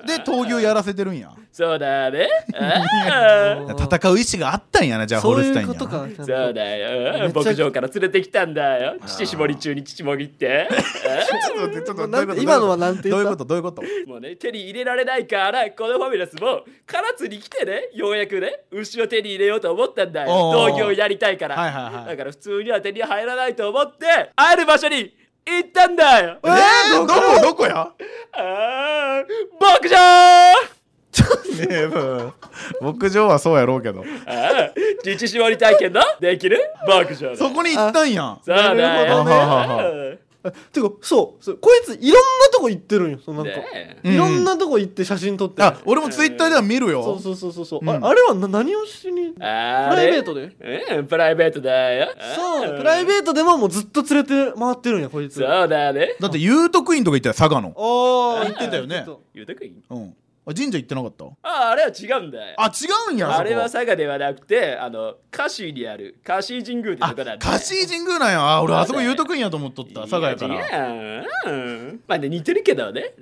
[SPEAKER 2] で闘牛やらせてるんや
[SPEAKER 3] そう だねあー
[SPEAKER 1] ー
[SPEAKER 2] 戦う意志があったんやなじゃあホ
[SPEAKER 1] そう
[SPEAKER 2] ルス
[SPEAKER 1] い
[SPEAKER 2] タイ
[SPEAKER 1] う
[SPEAKER 2] ンや
[SPEAKER 1] こと かちゃんと
[SPEAKER 3] そうだようん
[SPEAKER 1] めっちゃ
[SPEAKER 3] 牧場から連れてきたんだよ乳搾り中に乳も ぎって
[SPEAKER 2] ちょっと待ってちょっと
[SPEAKER 1] なん
[SPEAKER 2] 待ってて
[SPEAKER 1] 今のはなんて言
[SPEAKER 2] ど
[SPEAKER 1] っ
[SPEAKER 2] ういう
[SPEAKER 1] た
[SPEAKER 2] ことどういうこと
[SPEAKER 3] もうね手に入れられないからこのファミレスも唐津に来てねようやくね牛を手に入れようと思ったんだよ
[SPEAKER 2] おうおう
[SPEAKER 3] 農業やりたいから、
[SPEAKER 2] はいはいはい
[SPEAKER 3] だから普通には手に入らないと思ってある場所に行ったんだよ
[SPEAKER 2] えー、どこどこや
[SPEAKER 3] あー牧場
[SPEAKER 2] ねえうん牧場はそうやろうけど
[SPEAKER 3] ああ、乳搾り体験のできる牧場だ。
[SPEAKER 2] そこに行ったんやん
[SPEAKER 3] そうだよね。
[SPEAKER 2] なるほど
[SPEAKER 1] あてかそうそうこいついろんなとこ行ってるんよそのなんか
[SPEAKER 3] ねえ
[SPEAKER 2] うん
[SPEAKER 1] いろんなとこ行って写真撮ってる
[SPEAKER 2] あ俺もツイッターでは見るよ
[SPEAKER 1] そうそうそうそうそう
[SPEAKER 2] うん
[SPEAKER 1] ああれはな何をしにプ
[SPEAKER 3] あ
[SPEAKER 1] ラ
[SPEAKER 3] れ
[SPEAKER 1] イベートで
[SPEAKER 3] うん、プライベートだよ。
[SPEAKER 1] そうプライ
[SPEAKER 3] ー
[SPEAKER 1] ベートでももうずっと連れて回ってるんやこいつあ
[SPEAKER 3] そうだね。
[SPEAKER 2] だって遊徳院とか行ったよ佐賀の
[SPEAKER 1] あ
[SPEAKER 3] 行って
[SPEAKER 2] たよね
[SPEAKER 3] ゆうたくん。
[SPEAKER 2] うんあ神社行ってなかった
[SPEAKER 3] ああ、あれは違うんだよ。
[SPEAKER 2] あ違うんやそこ
[SPEAKER 3] あれは佐賀ではなくて、あの、カシにある、カシ神宮ってと
[SPEAKER 2] あ
[SPEAKER 3] こなんだよ。
[SPEAKER 2] カシー神宮なんやあ俺あそこ遊徳院やと思っとった佐賀やから
[SPEAKER 3] いや違ううんまあね、似てるけどね。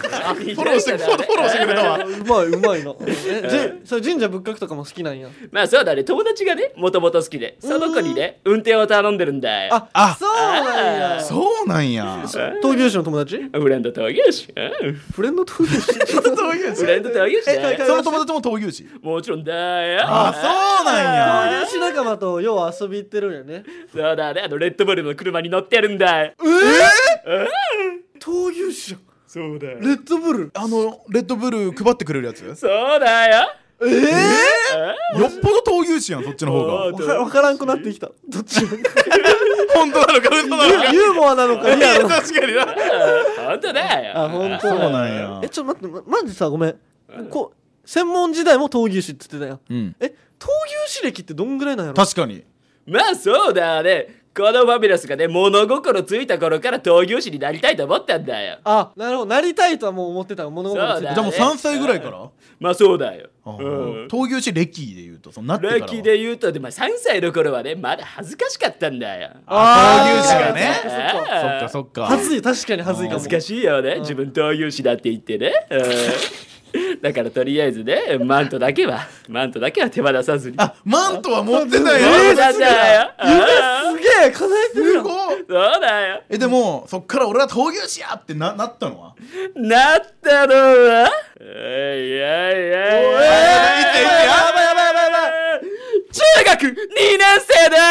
[SPEAKER 3] 確かに
[SPEAKER 2] フォローしてフォローフォローしてくれたわ
[SPEAKER 1] うまいうま いなえじそう神社仏閣とかも好きなんや
[SPEAKER 3] まあそうだね、友達がね、もともと好きで、その子にね、運転を頼んでるんだよ。
[SPEAKER 1] あ
[SPEAKER 2] あ
[SPEAKER 1] そうなんや
[SPEAKER 2] そうなんや
[SPEAKER 1] 闘牛士の友達
[SPEAKER 3] フレンドとげし。うん
[SPEAKER 1] フレンド闘牛士
[SPEAKER 3] フレンドとげしだ
[SPEAKER 1] えかか。
[SPEAKER 3] よ
[SPEAKER 2] その友達も闘牛士
[SPEAKER 3] もちろんだよ。
[SPEAKER 2] あそうなんや
[SPEAKER 1] 闘牛士仲間とよう遊び行ってるんやね
[SPEAKER 3] そうだね、あのレッドブルの車に乗ってるんだよ。
[SPEAKER 1] 闘牛士じゃ
[SPEAKER 3] そうだよ
[SPEAKER 1] んレッドブル
[SPEAKER 2] あのレッドブル配ってくれるやつよっ
[SPEAKER 3] そうだよ。
[SPEAKER 2] ぽど闘牛士やんそっちの方
[SPEAKER 3] お
[SPEAKER 2] が
[SPEAKER 3] ー
[SPEAKER 1] わかわからんくなってきたどっちも
[SPEAKER 2] 本当なのか嘘なのか
[SPEAKER 1] ユーモアなのかリアルなのか
[SPEAKER 2] 確かにな
[SPEAKER 3] 本当だよ。
[SPEAKER 1] あ本当
[SPEAKER 2] そうなんや
[SPEAKER 1] えちょっと待ってまマジさごめんこう専門時代も闘牛士って言ってたやん
[SPEAKER 2] うん
[SPEAKER 1] え闘牛士歴ってどんぐらいなんやろ
[SPEAKER 2] 確かに
[SPEAKER 3] まあそうだね。このファミレスがね、物心ついた頃から闘牛士になりたいと思ったんだよ。
[SPEAKER 1] あなるほどなりたいとはもう思ってた物事につい
[SPEAKER 3] そう
[SPEAKER 2] じ
[SPEAKER 1] て
[SPEAKER 2] ゃ
[SPEAKER 3] だ
[SPEAKER 2] あもう3歳ぐらいから
[SPEAKER 3] まあそうだよ。
[SPEAKER 2] あ
[SPEAKER 3] う
[SPEAKER 2] ー
[SPEAKER 3] ん。
[SPEAKER 2] 闘牛士歴で言うとそのなってからは
[SPEAKER 3] ラッキーで言うと、でも3歳の頃はね、まだ恥ずかしかったんだよ。
[SPEAKER 2] あ闘
[SPEAKER 1] ー
[SPEAKER 2] 牛士がね
[SPEAKER 1] そっかそっか
[SPEAKER 2] そっかそっか
[SPEAKER 1] はずい確かにはずいかも
[SPEAKER 3] 恥ずかしいよね、自分闘牛士だって言ってね、うんだからとりあえずねマントだけはマントだけは手放さずに
[SPEAKER 2] あマントは持って た
[SPEAKER 1] え
[SPEAKER 2] よ
[SPEAKER 1] ー
[SPEAKER 3] そうなんだようん
[SPEAKER 1] すげえ叶えてるや
[SPEAKER 2] す
[SPEAKER 1] ん
[SPEAKER 2] ごい
[SPEAKER 3] そうだよ
[SPEAKER 2] えでもそっから俺は闘牛士やってななったのは
[SPEAKER 3] なったのはおいやいやい
[SPEAKER 2] おいいっ
[SPEAKER 3] や
[SPEAKER 2] ていってやばいやばいやばいやばい
[SPEAKER 3] 中学2年生だよ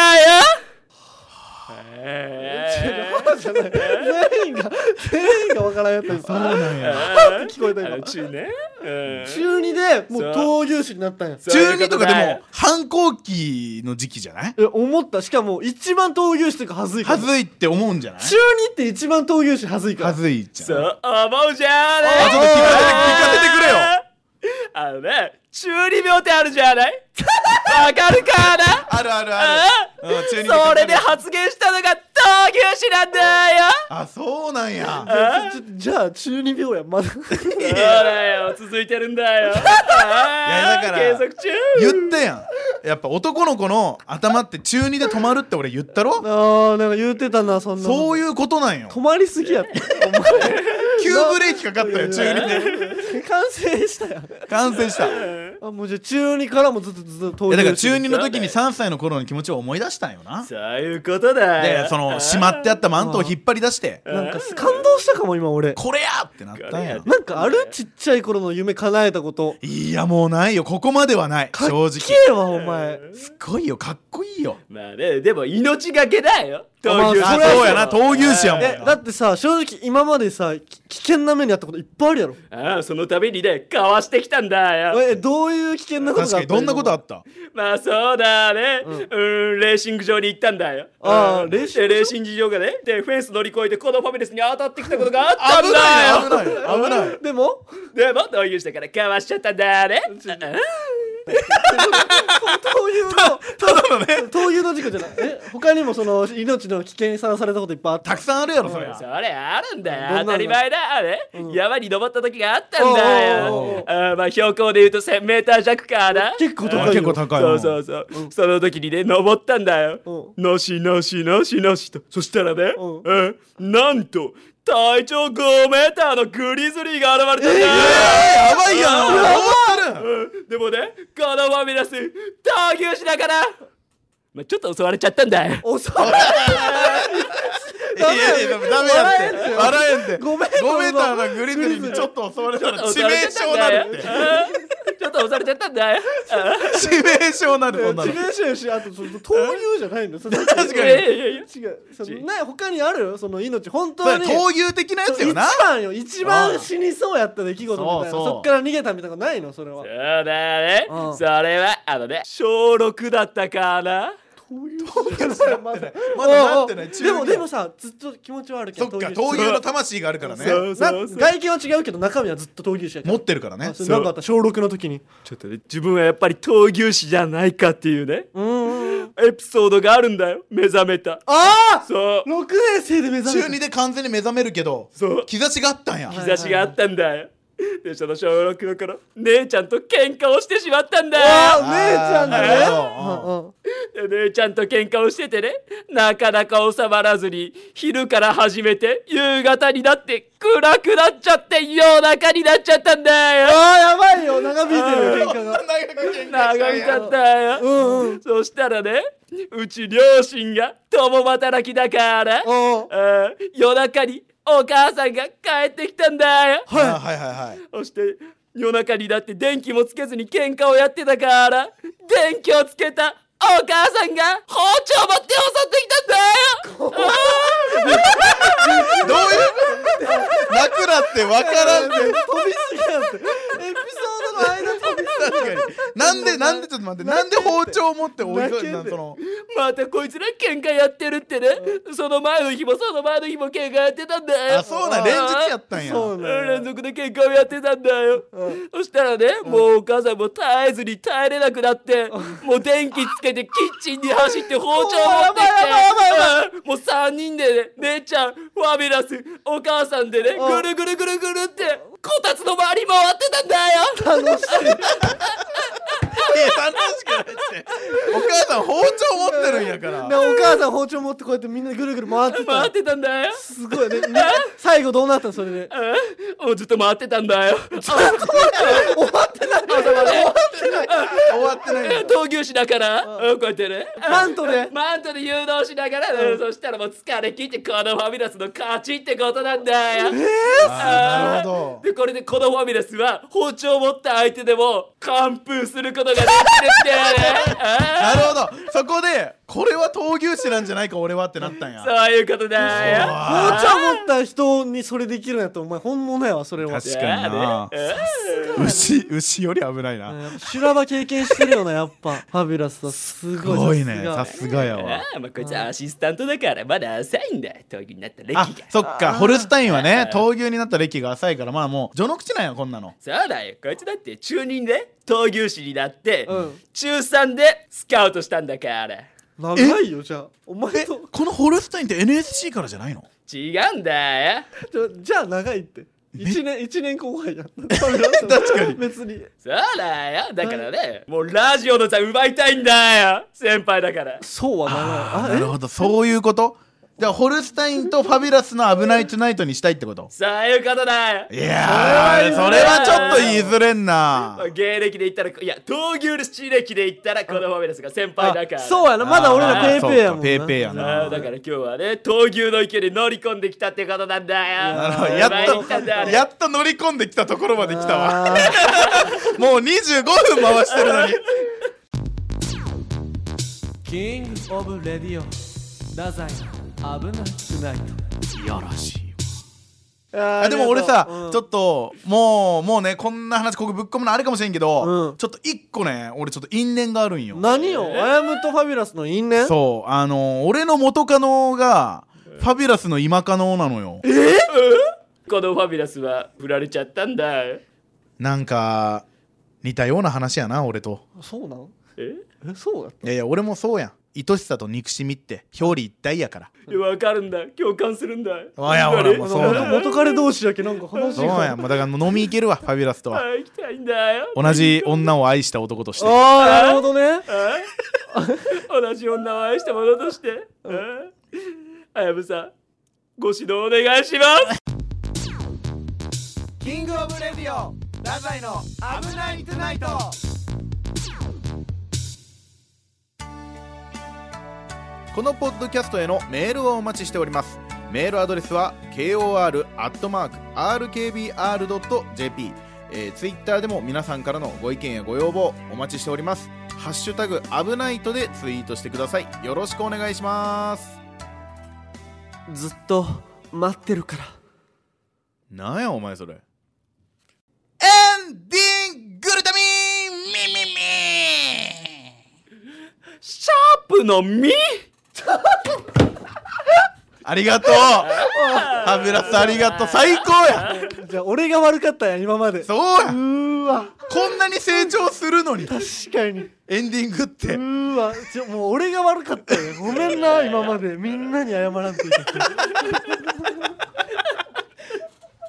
[SPEAKER 3] えー
[SPEAKER 1] 全員が全員がわからんやったんです
[SPEAKER 2] そうなんや
[SPEAKER 1] 聞こえた今
[SPEAKER 3] あの中年
[SPEAKER 1] 中二でもう
[SPEAKER 3] そう
[SPEAKER 1] 闘牛士になったんや
[SPEAKER 2] 中2とかでも反抗期の時期じゃない
[SPEAKER 1] え思ったしかも一番闘牛士とかはずいか
[SPEAKER 2] は
[SPEAKER 1] ら
[SPEAKER 2] ずいって思うんじゃない
[SPEAKER 1] 中二って一番闘牛士はずいか
[SPEAKER 2] は
[SPEAKER 1] ら
[SPEAKER 2] ずいじゃん
[SPEAKER 3] そう思うじゃね
[SPEAKER 2] あちょっと聞かせて聞かせてくれよ
[SPEAKER 3] あのね中二病ってあるじゃないわかるか な
[SPEAKER 2] あるある
[SPEAKER 3] あ
[SPEAKER 2] あるうん中二
[SPEAKER 3] それで発言したのが闘牛士なんだよ
[SPEAKER 2] あそうなんや
[SPEAKER 1] ちょちょじゃあ中二病やまだ
[SPEAKER 3] そうだよ続いてるんだ よいや
[SPEAKER 2] やだから
[SPEAKER 3] 継続中
[SPEAKER 2] 言ったやんやっぱ男の子の頭って中2で止まるって俺言ったろ
[SPEAKER 1] あーなんか言うてたなそんなの
[SPEAKER 2] そういうことなんよ
[SPEAKER 1] 止まりすぎやって
[SPEAKER 2] 急ブレーキかかったよ中2
[SPEAKER 1] で
[SPEAKER 2] で
[SPEAKER 1] 完成したやん
[SPEAKER 2] 完成したい
[SPEAKER 1] あもうじゃあ中二からもずっとずっと闘牛士
[SPEAKER 2] やだから中2の時に3歳の頃の気持ちを思い出したんよな
[SPEAKER 3] そういうことだ
[SPEAKER 2] で
[SPEAKER 3] よ
[SPEAKER 2] そのしまってあったマントを引っ張り出して
[SPEAKER 1] なんか感動したかも今俺
[SPEAKER 2] これやってなったんや
[SPEAKER 1] なんかあるちっちゃい頃の夢叶えたこと
[SPEAKER 2] いやもうないよここまではない
[SPEAKER 1] かっ
[SPEAKER 2] 正直
[SPEAKER 1] けえわお前
[SPEAKER 2] すごいよかっこいいよ
[SPEAKER 3] まあねでも命がけだよ闘牛士
[SPEAKER 1] まあ
[SPEAKER 2] あ
[SPEAKER 1] それは
[SPEAKER 2] そうやな闘牛士やもん
[SPEAKER 1] えだってさ正直今までさき危険な目にあったこといっぱいあるやろ
[SPEAKER 3] ああそのためにねかわしてきたんだよ
[SPEAKER 1] えどういう危険なことがあっ
[SPEAKER 2] 確
[SPEAKER 1] た
[SPEAKER 2] かにどんなことあった
[SPEAKER 3] まあそうだね、う
[SPEAKER 1] うん
[SPEAKER 3] ん、レーシング場に行ったんだよ
[SPEAKER 1] ああ
[SPEAKER 3] うん
[SPEAKER 1] レーシング場
[SPEAKER 3] でレーシング場がねでフェンス乗り越えてこのファミレスに当たってきたことがあったん
[SPEAKER 2] 危ない
[SPEAKER 3] だよ
[SPEAKER 2] 危ない危ない
[SPEAKER 1] でも
[SPEAKER 3] でもどういうしたからかわしちゃったんだね
[SPEAKER 1] 闘
[SPEAKER 2] ただのね
[SPEAKER 1] 牛の闘牛の事故じゃないえ他にもその命の危険にさらされたこといっぱいあった
[SPEAKER 2] たくさんあるやろそり
[SPEAKER 3] うん
[SPEAKER 2] ゃ
[SPEAKER 3] それあるんだ
[SPEAKER 1] どん
[SPEAKER 3] よ
[SPEAKER 1] な
[SPEAKER 3] 当
[SPEAKER 1] の
[SPEAKER 3] たり前だね、
[SPEAKER 1] うん
[SPEAKER 3] 山に登った時があったんだ
[SPEAKER 1] おうおうおうお
[SPEAKER 3] よ
[SPEAKER 1] う
[SPEAKER 3] ああまあ標高で言うと 1000m 弱かな
[SPEAKER 1] 結構高いよ
[SPEAKER 2] 結構高い
[SPEAKER 3] そ
[SPEAKER 2] よ
[SPEAKER 3] うそうそう、その時にね登ったんだよ、
[SPEAKER 1] う
[SPEAKER 3] なしなしなしなしとそしたらね、
[SPEAKER 1] うん
[SPEAKER 3] えなんと体長5メーターのグリズリーが現れたんだよ、
[SPEAKER 2] やばいやんやばい
[SPEAKER 3] うんでもねこのファミレス闘牛士だから、まあ、ちょっと襲われちゃったんだよ
[SPEAKER 1] おそら
[SPEAKER 2] いやいやダメやって笑えんて
[SPEAKER 1] ごめん
[SPEAKER 2] 5メーターのグリズリーにちょっと襲われたら致命傷なるって
[SPEAKER 3] うんちょっと押されちゃったんだよ。うん
[SPEAKER 2] 致命傷なるこんなの
[SPEAKER 1] 致命傷やしあとその闘牛じゃないんだよ その確
[SPEAKER 2] かに
[SPEAKER 3] いやいやい
[SPEAKER 1] 違
[SPEAKER 3] や
[SPEAKER 1] うそのね他にあるよその命本
[SPEAKER 2] そ
[SPEAKER 1] 当
[SPEAKER 2] う
[SPEAKER 1] に
[SPEAKER 2] や闘牛的なやつ
[SPEAKER 1] 一
[SPEAKER 2] よな
[SPEAKER 1] 番よ一番死にそうやった出来事みたいな
[SPEAKER 2] そう
[SPEAKER 1] そ
[SPEAKER 2] そう
[SPEAKER 1] っから逃げたみたいなのないのそれは
[SPEAKER 3] そうだね。
[SPEAKER 1] うん
[SPEAKER 3] それは、あのね、小6だったかな。
[SPEAKER 1] 闘牛まだ
[SPEAKER 2] まだなってない
[SPEAKER 1] おうおう
[SPEAKER 2] 中
[SPEAKER 1] でも
[SPEAKER 2] 二
[SPEAKER 1] でもさずっと気持ちはあるけ
[SPEAKER 2] そ
[SPEAKER 1] ど
[SPEAKER 2] っか
[SPEAKER 1] 闘
[SPEAKER 2] 闘
[SPEAKER 1] 牛士
[SPEAKER 2] 牛の魂があるからね
[SPEAKER 3] そう
[SPEAKER 1] な
[SPEAKER 3] そうそう。
[SPEAKER 1] 外見は違うけど中身はずっと闘牛士やから
[SPEAKER 2] 持ってるからね
[SPEAKER 1] あそれなんかあった小6の時に
[SPEAKER 3] ちょっとね、自分はやっぱり闘牛士じゃないかっていうね、
[SPEAKER 1] うん
[SPEAKER 3] エピソードがあるんだよ。目覚めた。
[SPEAKER 1] ああ
[SPEAKER 3] そう。
[SPEAKER 1] 6年生で目覚め
[SPEAKER 2] 中
[SPEAKER 1] た
[SPEAKER 2] 二で完全に目覚めるけど
[SPEAKER 3] そう。
[SPEAKER 2] 兆しがあったんや
[SPEAKER 1] はい
[SPEAKER 3] 日差しがあったんだよ。で、その小6の頃、姉ちゃんと喧嘩をしてしまったんだよ。
[SPEAKER 1] あ姉ちゃんだね
[SPEAKER 2] あー
[SPEAKER 1] うんうん
[SPEAKER 3] で姉ちゃんと喧嘩をしててねなかなか収まらずに昼から始めて夕方になって暗くなっちゃって夜中になっちゃったんだよ
[SPEAKER 1] あーやばいよ長引いてるよ喧嘩が
[SPEAKER 3] 長引いちゃったよ、
[SPEAKER 1] うんうん
[SPEAKER 3] そしたらねうち両親が共働きだから
[SPEAKER 1] おう
[SPEAKER 3] あー夜中にお母さんが帰ってきたんだよ
[SPEAKER 2] はいはいはいはい
[SPEAKER 3] そして夜中になって電気もつけずに喧嘩をやってたから電気をつけたお母さんが包丁持って襲ってきたんだよ
[SPEAKER 2] どういうなくなってわからん
[SPEAKER 1] 飛び
[SPEAKER 2] ね
[SPEAKER 1] すぎなんてエピソードの間飛びす
[SPEAKER 2] 確かになんでなんでちょっと待ってなんで包丁持って追いかけた
[SPEAKER 1] 泣けん
[SPEAKER 2] ん
[SPEAKER 1] で
[SPEAKER 2] その
[SPEAKER 3] またこいつら喧嘩やってるってね、その前の日もその前の日も喧嘩やってたんだよ
[SPEAKER 2] あそうなん連日やったんや
[SPEAKER 1] そう
[SPEAKER 3] うん
[SPEAKER 1] なん
[SPEAKER 3] 連続で喧嘩をやってたんだよ、
[SPEAKER 1] うん
[SPEAKER 3] そしたらね、もうお母さんも耐えずに耐えれなくなって、もう電気つけてキッチンに走って包丁持ってきてうんもう3人でね姉ちゃんファビュラスお母さんでね
[SPEAKER 1] うん
[SPEAKER 3] ぐるぐるぐるぐるってこたつの周り回ってたんだよ
[SPEAKER 1] 楽しい
[SPEAKER 2] いや楽しくないってお母さん包丁持ってるんやか
[SPEAKER 1] で
[SPEAKER 2] ら
[SPEAKER 1] お母さん包丁持ってこうやってみんなぐるぐる回ってた
[SPEAKER 3] 回ってたんだよ
[SPEAKER 1] すごいねね最後どうなったのそれで
[SPEAKER 3] うんもうずっと回ってたんだよ
[SPEAKER 1] 終わってない
[SPEAKER 2] 終わってないんだ
[SPEAKER 3] 闘牛士だから、うんこうやってね
[SPEAKER 1] マントで
[SPEAKER 3] マントで誘導しながら、うんそしたらもう疲れ切ってこのファビュラスの勝ちってことなんだよ
[SPEAKER 2] あーなるほど
[SPEAKER 3] でこれでこのファミレスは包丁を持った相手でも完封することができるってねあ
[SPEAKER 2] なるほどそこでこれは闘牛士なんじゃないか俺はってなったん
[SPEAKER 3] ー
[SPEAKER 2] や
[SPEAKER 3] そういうことだよ
[SPEAKER 1] 包
[SPEAKER 2] あ
[SPEAKER 1] 丁持った人にそれできるんやったらお前本物やわそれは
[SPEAKER 2] 確かにな
[SPEAKER 3] ね
[SPEAKER 2] ー牛牛より危ないな
[SPEAKER 1] やっぱ修羅場経験してるよなやっぱファビュラスさんす
[SPEAKER 2] す
[SPEAKER 1] ごい
[SPEAKER 2] ごいね
[SPEAKER 1] さ
[SPEAKER 2] さ
[SPEAKER 1] す
[SPEAKER 2] すがや
[SPEAKER 3] あ
[SPEAKER 2] わ
[SPEAKER 3] ーまあこいつはアシスタントだからまだ浅いんだ闘牛になった歴が
[SPEAKER 2] あそっかホルスタインはね闘牛になった歴が浅いからまあもう序の口なんやこんなの
[SPEAKER 3] そうだよこいつだって中2で闘牛士になって、
[SPEAKER 1] うん
[SPEAKER 3] 中3でスカウトしたんだから
[SPEAKER 1] が長いよじゃあお前と
[SPEAKER 2] このホルスタインって NSC からじゃないの
[SPEAKER 3] 違うんだよ
[SPEAKER 1] ちょじゃあ長いって一年一年後輩や ん確
[SPEAKER 2] かに
[SPEAKER 1] 別に
[SPEAKER 3] そうだよだからね、もうラジオの座奪いたいんだよ先輩だから
[SPEAKER 1] そうは長い
[SPEAKER 2] なるほどそういうことじゃあホルスタインとファビュラスの「危ないトゥナイト」にしたいってこと
[SPEAKER 3] そういうことだよ
[SPEAKER 2] いやーそれはちょっと言いづれんな
[SPEAKER 3] 芸歴で言ったらいや闘牛士歴で言ったらこのファミレスが先輩だ
[SPEAKER 1] あ
[SPEAKER 3] から
[SPEAKER 1] そうやなまだ俺らペーペーやもん
[SPEAKER 2] あーそ
[SPEAKER 1] な
[SPEAKER 2] うかペーペーや
[SPEAKER 3] ああ
[SPEAKER 2] な
[SPEAKER 3] だから今日はね闘牛の池に乗り込んできたってことなんだよ
[SPEAKER 2] なるほど
[SPEAKER 3] お
[SPEAKER 2] や
[SPEAKER 3] 前言たんだ
[SPEAKER 2] っ
[SPEAKER 3] よ
[SPEAKER 2] とやっと乗り込んできたところまで来たわ
[SPEAKER 1] あー
[SPEAKER 2] もう25分回してるのに
[SPEAKER 1] キングオブレディオダザイ危なくない
[SPEAKER 2] いやらしい
[SPEAKER 1] あ
[SPEAKER 2] あでも俺さ、ちょ
[SPEAKER 1] っ
[SPEAKER 2] っともうもうねこんな話ここぶっ込むのあれかもしれんけど、
[SPEAKER 1] うん
[SPEAKER 2] ちょっと一個ね俺ちょっと因縁があるんよ
[SPEAKER 1] 何よ、
[SPEAKER 3] えー
[SPEAKER 1] アヤムとファビュラスの因縁
[SPEAKER 2] そうあの俺の元カノがファビュラスの今カノなのよ
[SPEAKER 3] このファビュラスは振られちゃったんだえ
[SPEAKER 2] なんか似たような話やな俺と
[SPEAKER 1] そうなんえそうだ
[SPEAKER 2] いやいや俺もそうやん愛しさと憎しみって表裏一体やから
[SPEAKER 3] わかるんだ共感するんだ
[SPEAKER 2] あいやほらもうそうだ
[SPEAKER 1] 元彼同士やけなんか話
[SPEAKER 2] そう
[SPEAKER 1] が
[SPEAKER 2] やんもうだからもう飲み行けるわファビュラスとは
[SPEAKER 3] あ行きたいんだよ
[SPEAKER 2] 同じ女を愛した男として
[SPEAKER 1] ああなるほどね
[SPEAKER 3] あ同じ女を愛した者としてああやぶさんご指導お願い します
[SPEAKER 2] キングオブレディオダザイの危ないトゥナイトこのポッドキャストへのメールをお待ちしておりますメールアドレスは kor.rkbr.jp えー、ツイッターでも皆さんからのご意見やご要望お待ちしておりますハッシュタグ危ないとでツイートしてくださいよろしくお願いします
[SPEAKER 1] ずっと待ってるから
[SPEAKER 2] なんやお前それエンディンググルタミンミミミ
[SPEAKER 3] シャープの実
[SPEAKER 2] ありがとうハブラスありがとう最高や
[SPEAKER 1] じゃあ俺が悪かったんや今までう
[SPEAKER 2] そうや
[SPEAKER 1] ーわ
[SPEAKER 2] こんなに成長するのに
[SPEAKER 1] 確かに
[SPEAKER 2] エンディングっ
[SPEAKER 1] う
[SPEAKER 2] て
[SPEAKER 1] ーわちょもう俺が悪かったよごめんな今までみんなに謝らんといけ ない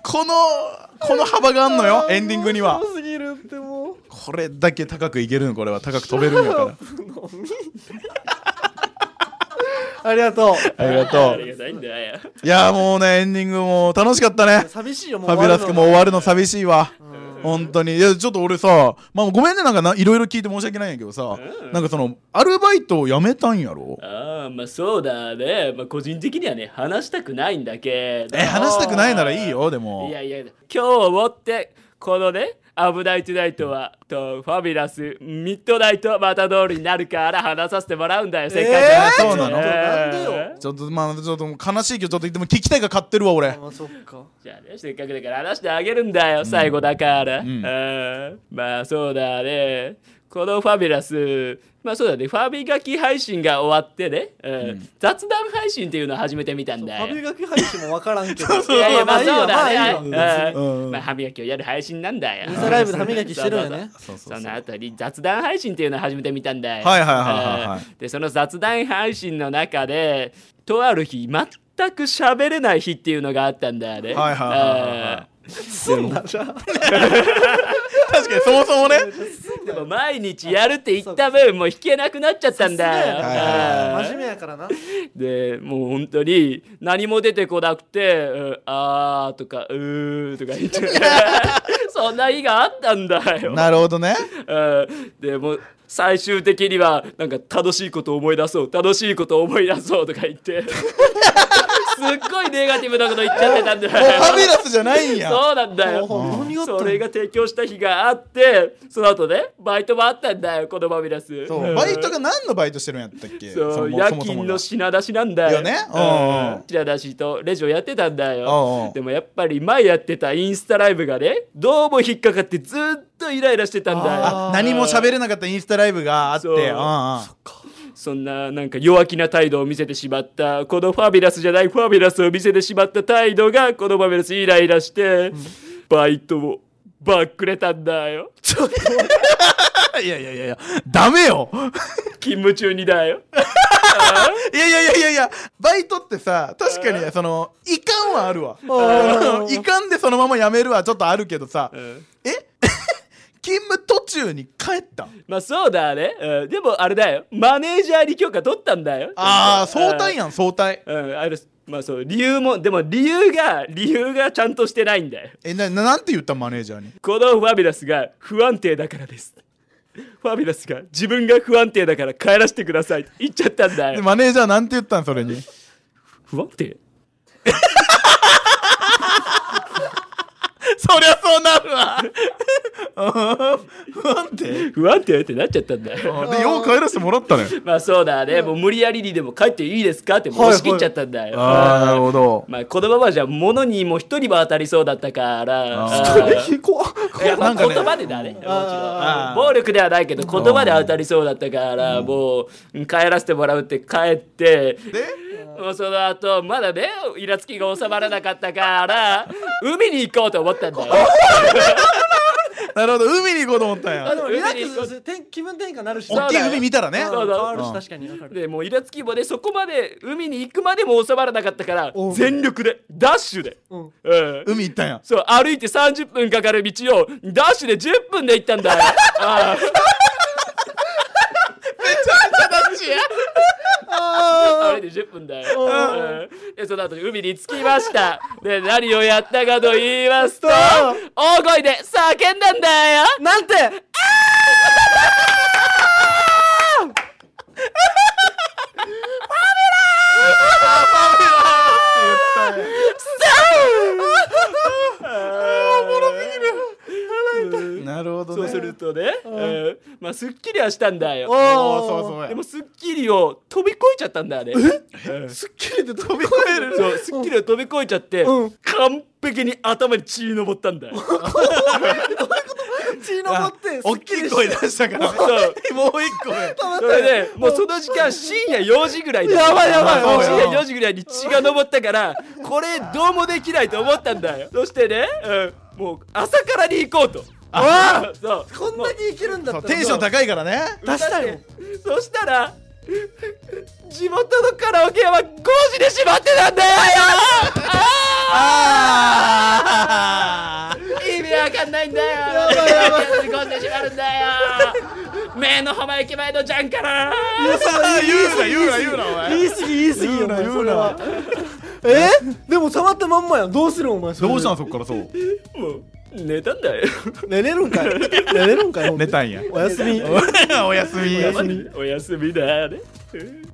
[SPEAKER 2] このこの幅があんのよエンディングには
[SPEAKER 1] 面白すぎるってもう
[SPEAKER 2] これだけ高くいけるのこれは高く飛べるんやから
[SPEAKER 1] ありがと
[SPEAKER 2] ありが
[SPEAKER 3] あ
[SPEAKER 2] と
[SPEAKER 3] りが
[SPEAKER 2] う
[SPEAKER 3] たいんだよ
[SPEAKER 2] いやもうねエンディングも楽しかったね
[SPEAKER 1] う寂しいよも
[SPEAKER 2] フ
[SPEAKER 1] う
[SPEAKER 2] ァビュラス君も終わるの寂しいわ
[SPEAKER 1] うん
[SPEAKER 2] 本当にいやちょっと俺さ、まあ、ごめんねなんかないろいろ聞いて申し訳ないんやけどさ、なんかそのアルバイトを辞めたんやろ
[SPEAKER 3] ああまあそうだね、まあ、個人的にはね話したくないんだけど
[SPEAKER 2] え話したくないならいいよでも
[SPEAKER 3] いやいや今日をもってこのね「危ないトゥナイトは」とファビュラスミッドナイトまた通りになるから話させてもらうんだよせっかく
[SPEAKER 1] えー
[SPEAKER 2] そうなの
[SPEAKER 1] なんでよ
[SPEAKER 2] ちょっとまあちょっともう悲しいけどちょっとでも聞きたいが買ってるわ俺
[SPEAKER 1] あまあそっか
[SPEAKER 3] じゃあね、せっかくだから話してあげるんだよ、最後だから。
[SPEAKER 2] ん
[SPEAKER 3] うんまあそうだね。このファビュラス、まあそうだね、ファビガキ配信が終わってね、うん雑談配信っていうのを始めてみたんだ
[SPEAKER 1] 歯
[SPEAKER 3] よ。
[SPEAKER 1] 磨き配信もわからんけど
[SPEAKER 3] いやいや、まあそうだね。
[SPEAKER 1] まあいいわ
[SPEAKER 2] うん
[SPEAKER 3] うんまあ歯磨きをやる配信なんだよ。
[SPEAKER 1] インスタライブで歯磨きしてるよね
[SPEAKER 2] そう
[SPEAKER 3] そのあたり雑談配信っていうのを始めてみたんだよ。
[SPEAKER 2] はいはいはいはいはい
[SPEAKER 3] うんでその雑談配信の中でとある日全く喋れない日っていうのがあったんだよね。
[SPEAKER 2] はいはいはいはいはい
[SPEAKER 3] うん
[SPEAKER 1] すんなじゃあ
[SPEAKER 2] 確かにそもそもね
[SPEAKER 3] でも毎日やるって言った分もう弾けなくなっちゃったん
[SPEAKER 2] はいはい
[SPEAKER 3] だ
[SPEAKER 1] 真
[SPEAKER 3] よ。
[SPEAKER 1] 面目やからな
[SPEAKER 3] でもう本当に何も出てこなくて「うんあー」とか「うー」とか言って そんな日があったんだよ。
[SPEAKER 2] なるほどね
[SPEAKER 3] うんでもう最終的にはなんか楽しいことを思い出そう楽しいことを思い出そうとか言って すっごいネガティブなこと言っちゃってたんだ
[SPEAKER 2] もうフ
[SPEAKER 3] よ
[SPEAKER 2] ァ。ビュラスじゃないんや
[SPEAKER 3] そうなんだよ。
[SPEAKER 1] 何があったの
[SPEAKER 3] それが提供した日があってその後ねバイトもあったんだよこのバビラス
[SPEAKER 2] そうバイトが何のバイトしてるんやったっけ
[SPEAKER 3] そう
[SPEAKER 2] そも
[SPEAKER 3] 夜
[SPEAKER 2] そもそも
[SPEAKER 3] 勤
[SPEAKER 2] が
[SPEAKER 3] の品出しなんだよ
[SPEAKER 2] よねうん
[SPEAKER 3] うん品出しとレジをやってたんだ
[SPEAKER 2] うんう
[SPEAKER 3] よ
[SPEAKER 2] ん
[SPEAKER 3] でもやっぱり前やってたインスタライブがねどうも引っかかってずっとイライラしてたんだよ
[SPEAKER 2] あ何も喋れなかったインスタライブがあって
[SPEAKER 3] そう
[SPEAKER 2] う
[SPEAKER 3] そんななんか弱気な態度を見せてしまったこのファビュラスじゃないファビュラスを見せてしまった態度がこのファビュラスイライラしてバイトをバックれたんだよ
[SPEAKER 2] んうん いやいやいやいやダメよ
[SPEAKER 3] 勤務中にだよ
[SPEAKER 2] いやいやいやいやいやバイトってさ確かにそのいかんはあるわ
[SPEAKER 1] あ ー
[SPEAKER 2] いかんでそのまま辞めるはちょっとあるけどさ
[SPEAKER 3] うん
[SPEAKER 2] え 勤務途中に帰った
[SPEAKER 3] まあそうだね、うん、でもあれだよマネージャーに許可取ったんだよ
[SPEAKER 2] ああ早退やん早退
[SPEAKER 3] うんあれまあそう理由もでも理由が理由がちゃんとしてないんだよ
[SPEAKER 2] えなななんて言ったマネージャーに
[SPEAKER 3] このファビュラスが不安定だからですファビュラスが自分が不安定だから帰らせてくださいって言っちゃったんだ
[SPEAKER 2] で
[SPEAKER 3] よ
[SPEAKER 2] マネージャーなんて言ったんそれに
[SPEAKER 3] 不安定
[SPEAKER 2] そりゃそうなるわ不安定
[SPEAKER 3] 不安定ってなっちゃったんだよ。
[SPEAKER 2] あでよう帰らせてもらったね
[SPEAKER 3] まあそうだね、もう無理やりにでも帰っていいですかってもう押し切っちゃったんだよ。
[SPEAKER 2] ああなるほど
[SPEAKER 3] まあこのままじゃ物にも一人も当たりそうだったから。
[SPEAKER 2] あー
[SPEAKER 3] あー
[SPEAKER 1] え怖っ
[SPEAKER 3] いやま
[SPEAKER 2] な
[SPEAKER 3] あ
[SPEAKER 2] んかね
[SPEAKER 3] 言葉でだね、もちろん
[SPEAKER 1] あ
[SPEAKER 2] ー
[SPEAKER 3] 暴力ではないけど言葉で当たりそうだったからもう帰らせてもらうって帰ってもうその後まだねイラつきが収まらなかったから海に行こうと思ったんだよ
[SPEAKER 2] なるほど海に行こうと思ったん
[SPEAKER 1] あ
[SPEAKER 2] や
[SPEAKER 1] でもリラックスすてん気分転換なるし
[SPEAKER 3] そう
[SPEAKER 2] 大
[SPEAKER 3] だ
[SPEAKER 2] き
[SPEAKER 3] よ
[SPEAKER 2] い海見たらね
[SPEAKER 3] そ
[SPEAKER 1] 変
[SPEAKER 3] う
[SPEAKER 1] わる
[SPEAKER 2] う
[SPEAKER 1] し
[SPEAKER 2] ん
[SPEAKER 1] 確かに分かる
[SPEAKER 3] でもうイラつきもねそこまで海に行くまでも収まらなかったから
[SPEAKER 1] おう
[SPEAKER 3] 全力でダッシュで、
[SPEAKER 1] うん
[SPEAKER 3] うん、
[SPEAKER 2] 海行ったんや
[SPEAKER 3] そう歩いて30分かかる道をダッシュで10分で行ったんだよああ歩いて10分だよ、うん、でその後に海に着きましたで何をやったかと言いますと大声で叫んだんだよ
[SPEAKER 1] なんて
[SPEAKER 2] なるほど
[SPEAKER 3] そ
[SPEAKER 2] ね
[SPEAKER 3] うするとね、うん、まあすっきりはしたんだよ
[SPEAKER 2] お
[SPEAKER 1] お
[SPEAKER 2] ーそうそうや
[SPEAKER 3] でもすっきりを飛び越えちゃったんだよねうん
[SPEAKER 1] すっきりで飛び越える
[SPEAKER 3] そう、スッキリを飛び越えちゃって、
[SPEAKER 1] うん
[SPEAKER 3] 完璧に頭に血のぼった んだよ。そう、
[SPEAKER 1] 血のぼって
[SPEAKER 2] 大きい声出したから ねもう一個や
[SPEAKER 3] それで、もうその時間深夜4時ぐらいだよ
[SPEAKER 1] やばいやばい
[SPEAKER 3] もう
[SPEAKER 2] そう
[SPEAKER 3] 深
[SPEAKER 2] よ
[SPEAKER 3] 夜4時ぐらいに血が昇ったから、これどうもできないと思ったんだよ。そしてね、うん、もう朝からに行こうと。ああ、そう。
[SPEAKER 1] こんだけいけるんだ
[SPEAKER 2] そ
[SPEAKER 1] っ
[SPEAKER 2] う
[SPEAKER 1] た
[SPEAKER 2] テンション高いからね
[SPEAKER 1] 出したよ
[SPEAKER 3] だってそしたら地元のカラオケ屋は5時で閉まってたんだよあー意味わかんないんだよ
[SPEAKER 1] やば
[SPEAKER 3] 5時で閉まるんだよ目の浜駅前のジャンから
[SPEAKER 2] あー言うな言うな言うなお前
[SPEAKER 1] 言い過ぎ言い過ぎ
[SPEAKER 2] 言う
[SPEAKER 1] よ
[SPEAKER 2] な
[SPEAKER 1] お前
[SPEAKER 2] 言うな
[SPEAKER 1] それはえでも触ったまんまやんどうするお前それ
[SPEAKER 2] どうしたのそっからそう
[SPEAKER 3] もう寝たんだよ
[SPEAKER 1] 寝れるんかい 寝れるんかいほんと
[SPEAKER 2] 寝たんや
[SPEAKER 1] おやすみ
[SPEAKER 2] おやすみ
[SPEAKER 3] おやすみだねうん